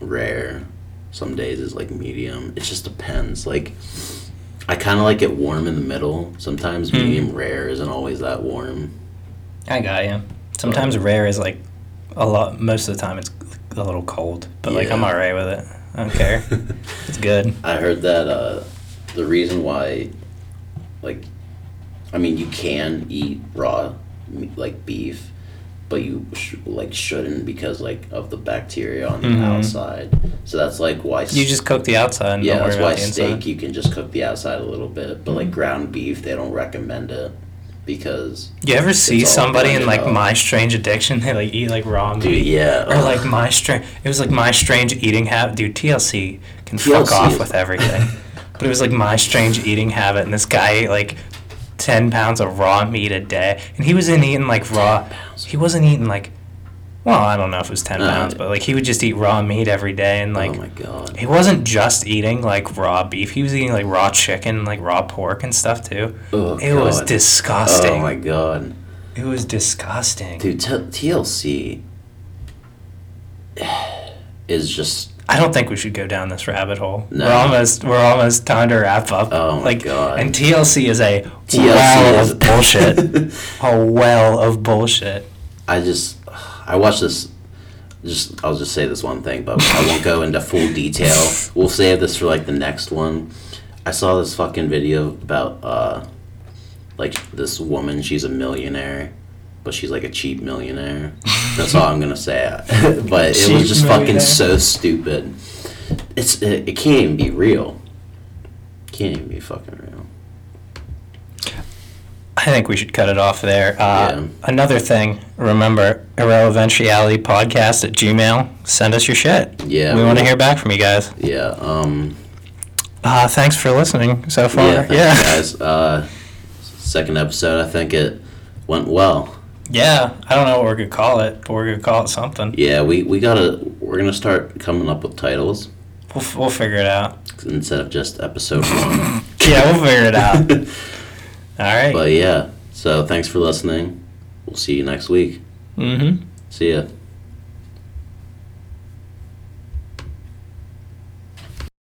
rare. Some days is like medium. It just depends. Like I kind of like it warm in the middle.
Hmm.
Sometimes medium rare isn't always that warm.
I got you. Sometimes rare is like a lot. Most of the time, it's a little cold, but like I'm
Yeah.
alright with it. I don't care. it's good.
I heard that uh, the reason why, like, I mean, you can eat raw, me- like beef, but you sh- like shouldn't because like of the bacteria on the
Mhm.
outside. So that's like why.
You just cook the outside and
yeah,
don't worry
that's why
about the
steak
inside. Mm-hmm.
you can just cook the outside a little bit, but like ground beef they don't recommend it because
You ever see
all
somebody in
blended
like
up.
My Strange Addiction? They like eat like raw meat.
dude yeah
Or like my strange, it was like my strange eating habit. Dude, TLC can fuck
TLC
off
is-
with everything. but it was like my strange eating habit, and this guy ate like ten pounds of raw meat a day, and he wasn't eating like raw. He wasn't eating like, well, I don't know if it was ten
Uh,
pounds, but like he would just eat raw meat every day, and like
oh my god
he wasn't just eating like raw beef. He was eating like raw chicken, like raw pork and stuff too.
oh,
it was
God.
disgusting.
oh my god
It was disgusting.
dude t- TLC is just
I don't think we should go down this rabbit hole.
No.
We're almost we're almost time to wrap up.
Oh my
like,
God.
And TLC is a
TLC
well
is
of bullshit. a well of bullshit.
I just I watched this. Just I'll just say this one thing, but I won't go into full detail. We'll save this for like the next one. I saw this fucking video about uh, like this woman. She's a millionaire, but she's like a cheap millionaire. That's all I'm gonna say. but it
Cheap
was just
millionaire.
fucking so stupid. It's it, it can't even be real. Can't even be fucking real.
I think we should cut it off there. Uh,
Yeah.
Another thing, remember irreleventiality podcast at Gmail. Send us your shit.
Yeah.
we want to hear back from you guys.
Yeah. Um.
Uh, thanks for listening so far.
Yeah, thanks,
yeah.
guys. Uh, second episode, I think it went well.
Yeah, I don't know what we're gonna call it, but we're gonna call it something.
Yeah, we, we gotta we're gonna start coming up with titles
We'll, f- we'll figure it out.
instead of just episode one.
Yeah, we'll figure it out. All right.
But yeah, so thanks for listening. We'll see you next week.
mm-hmm.
See ya.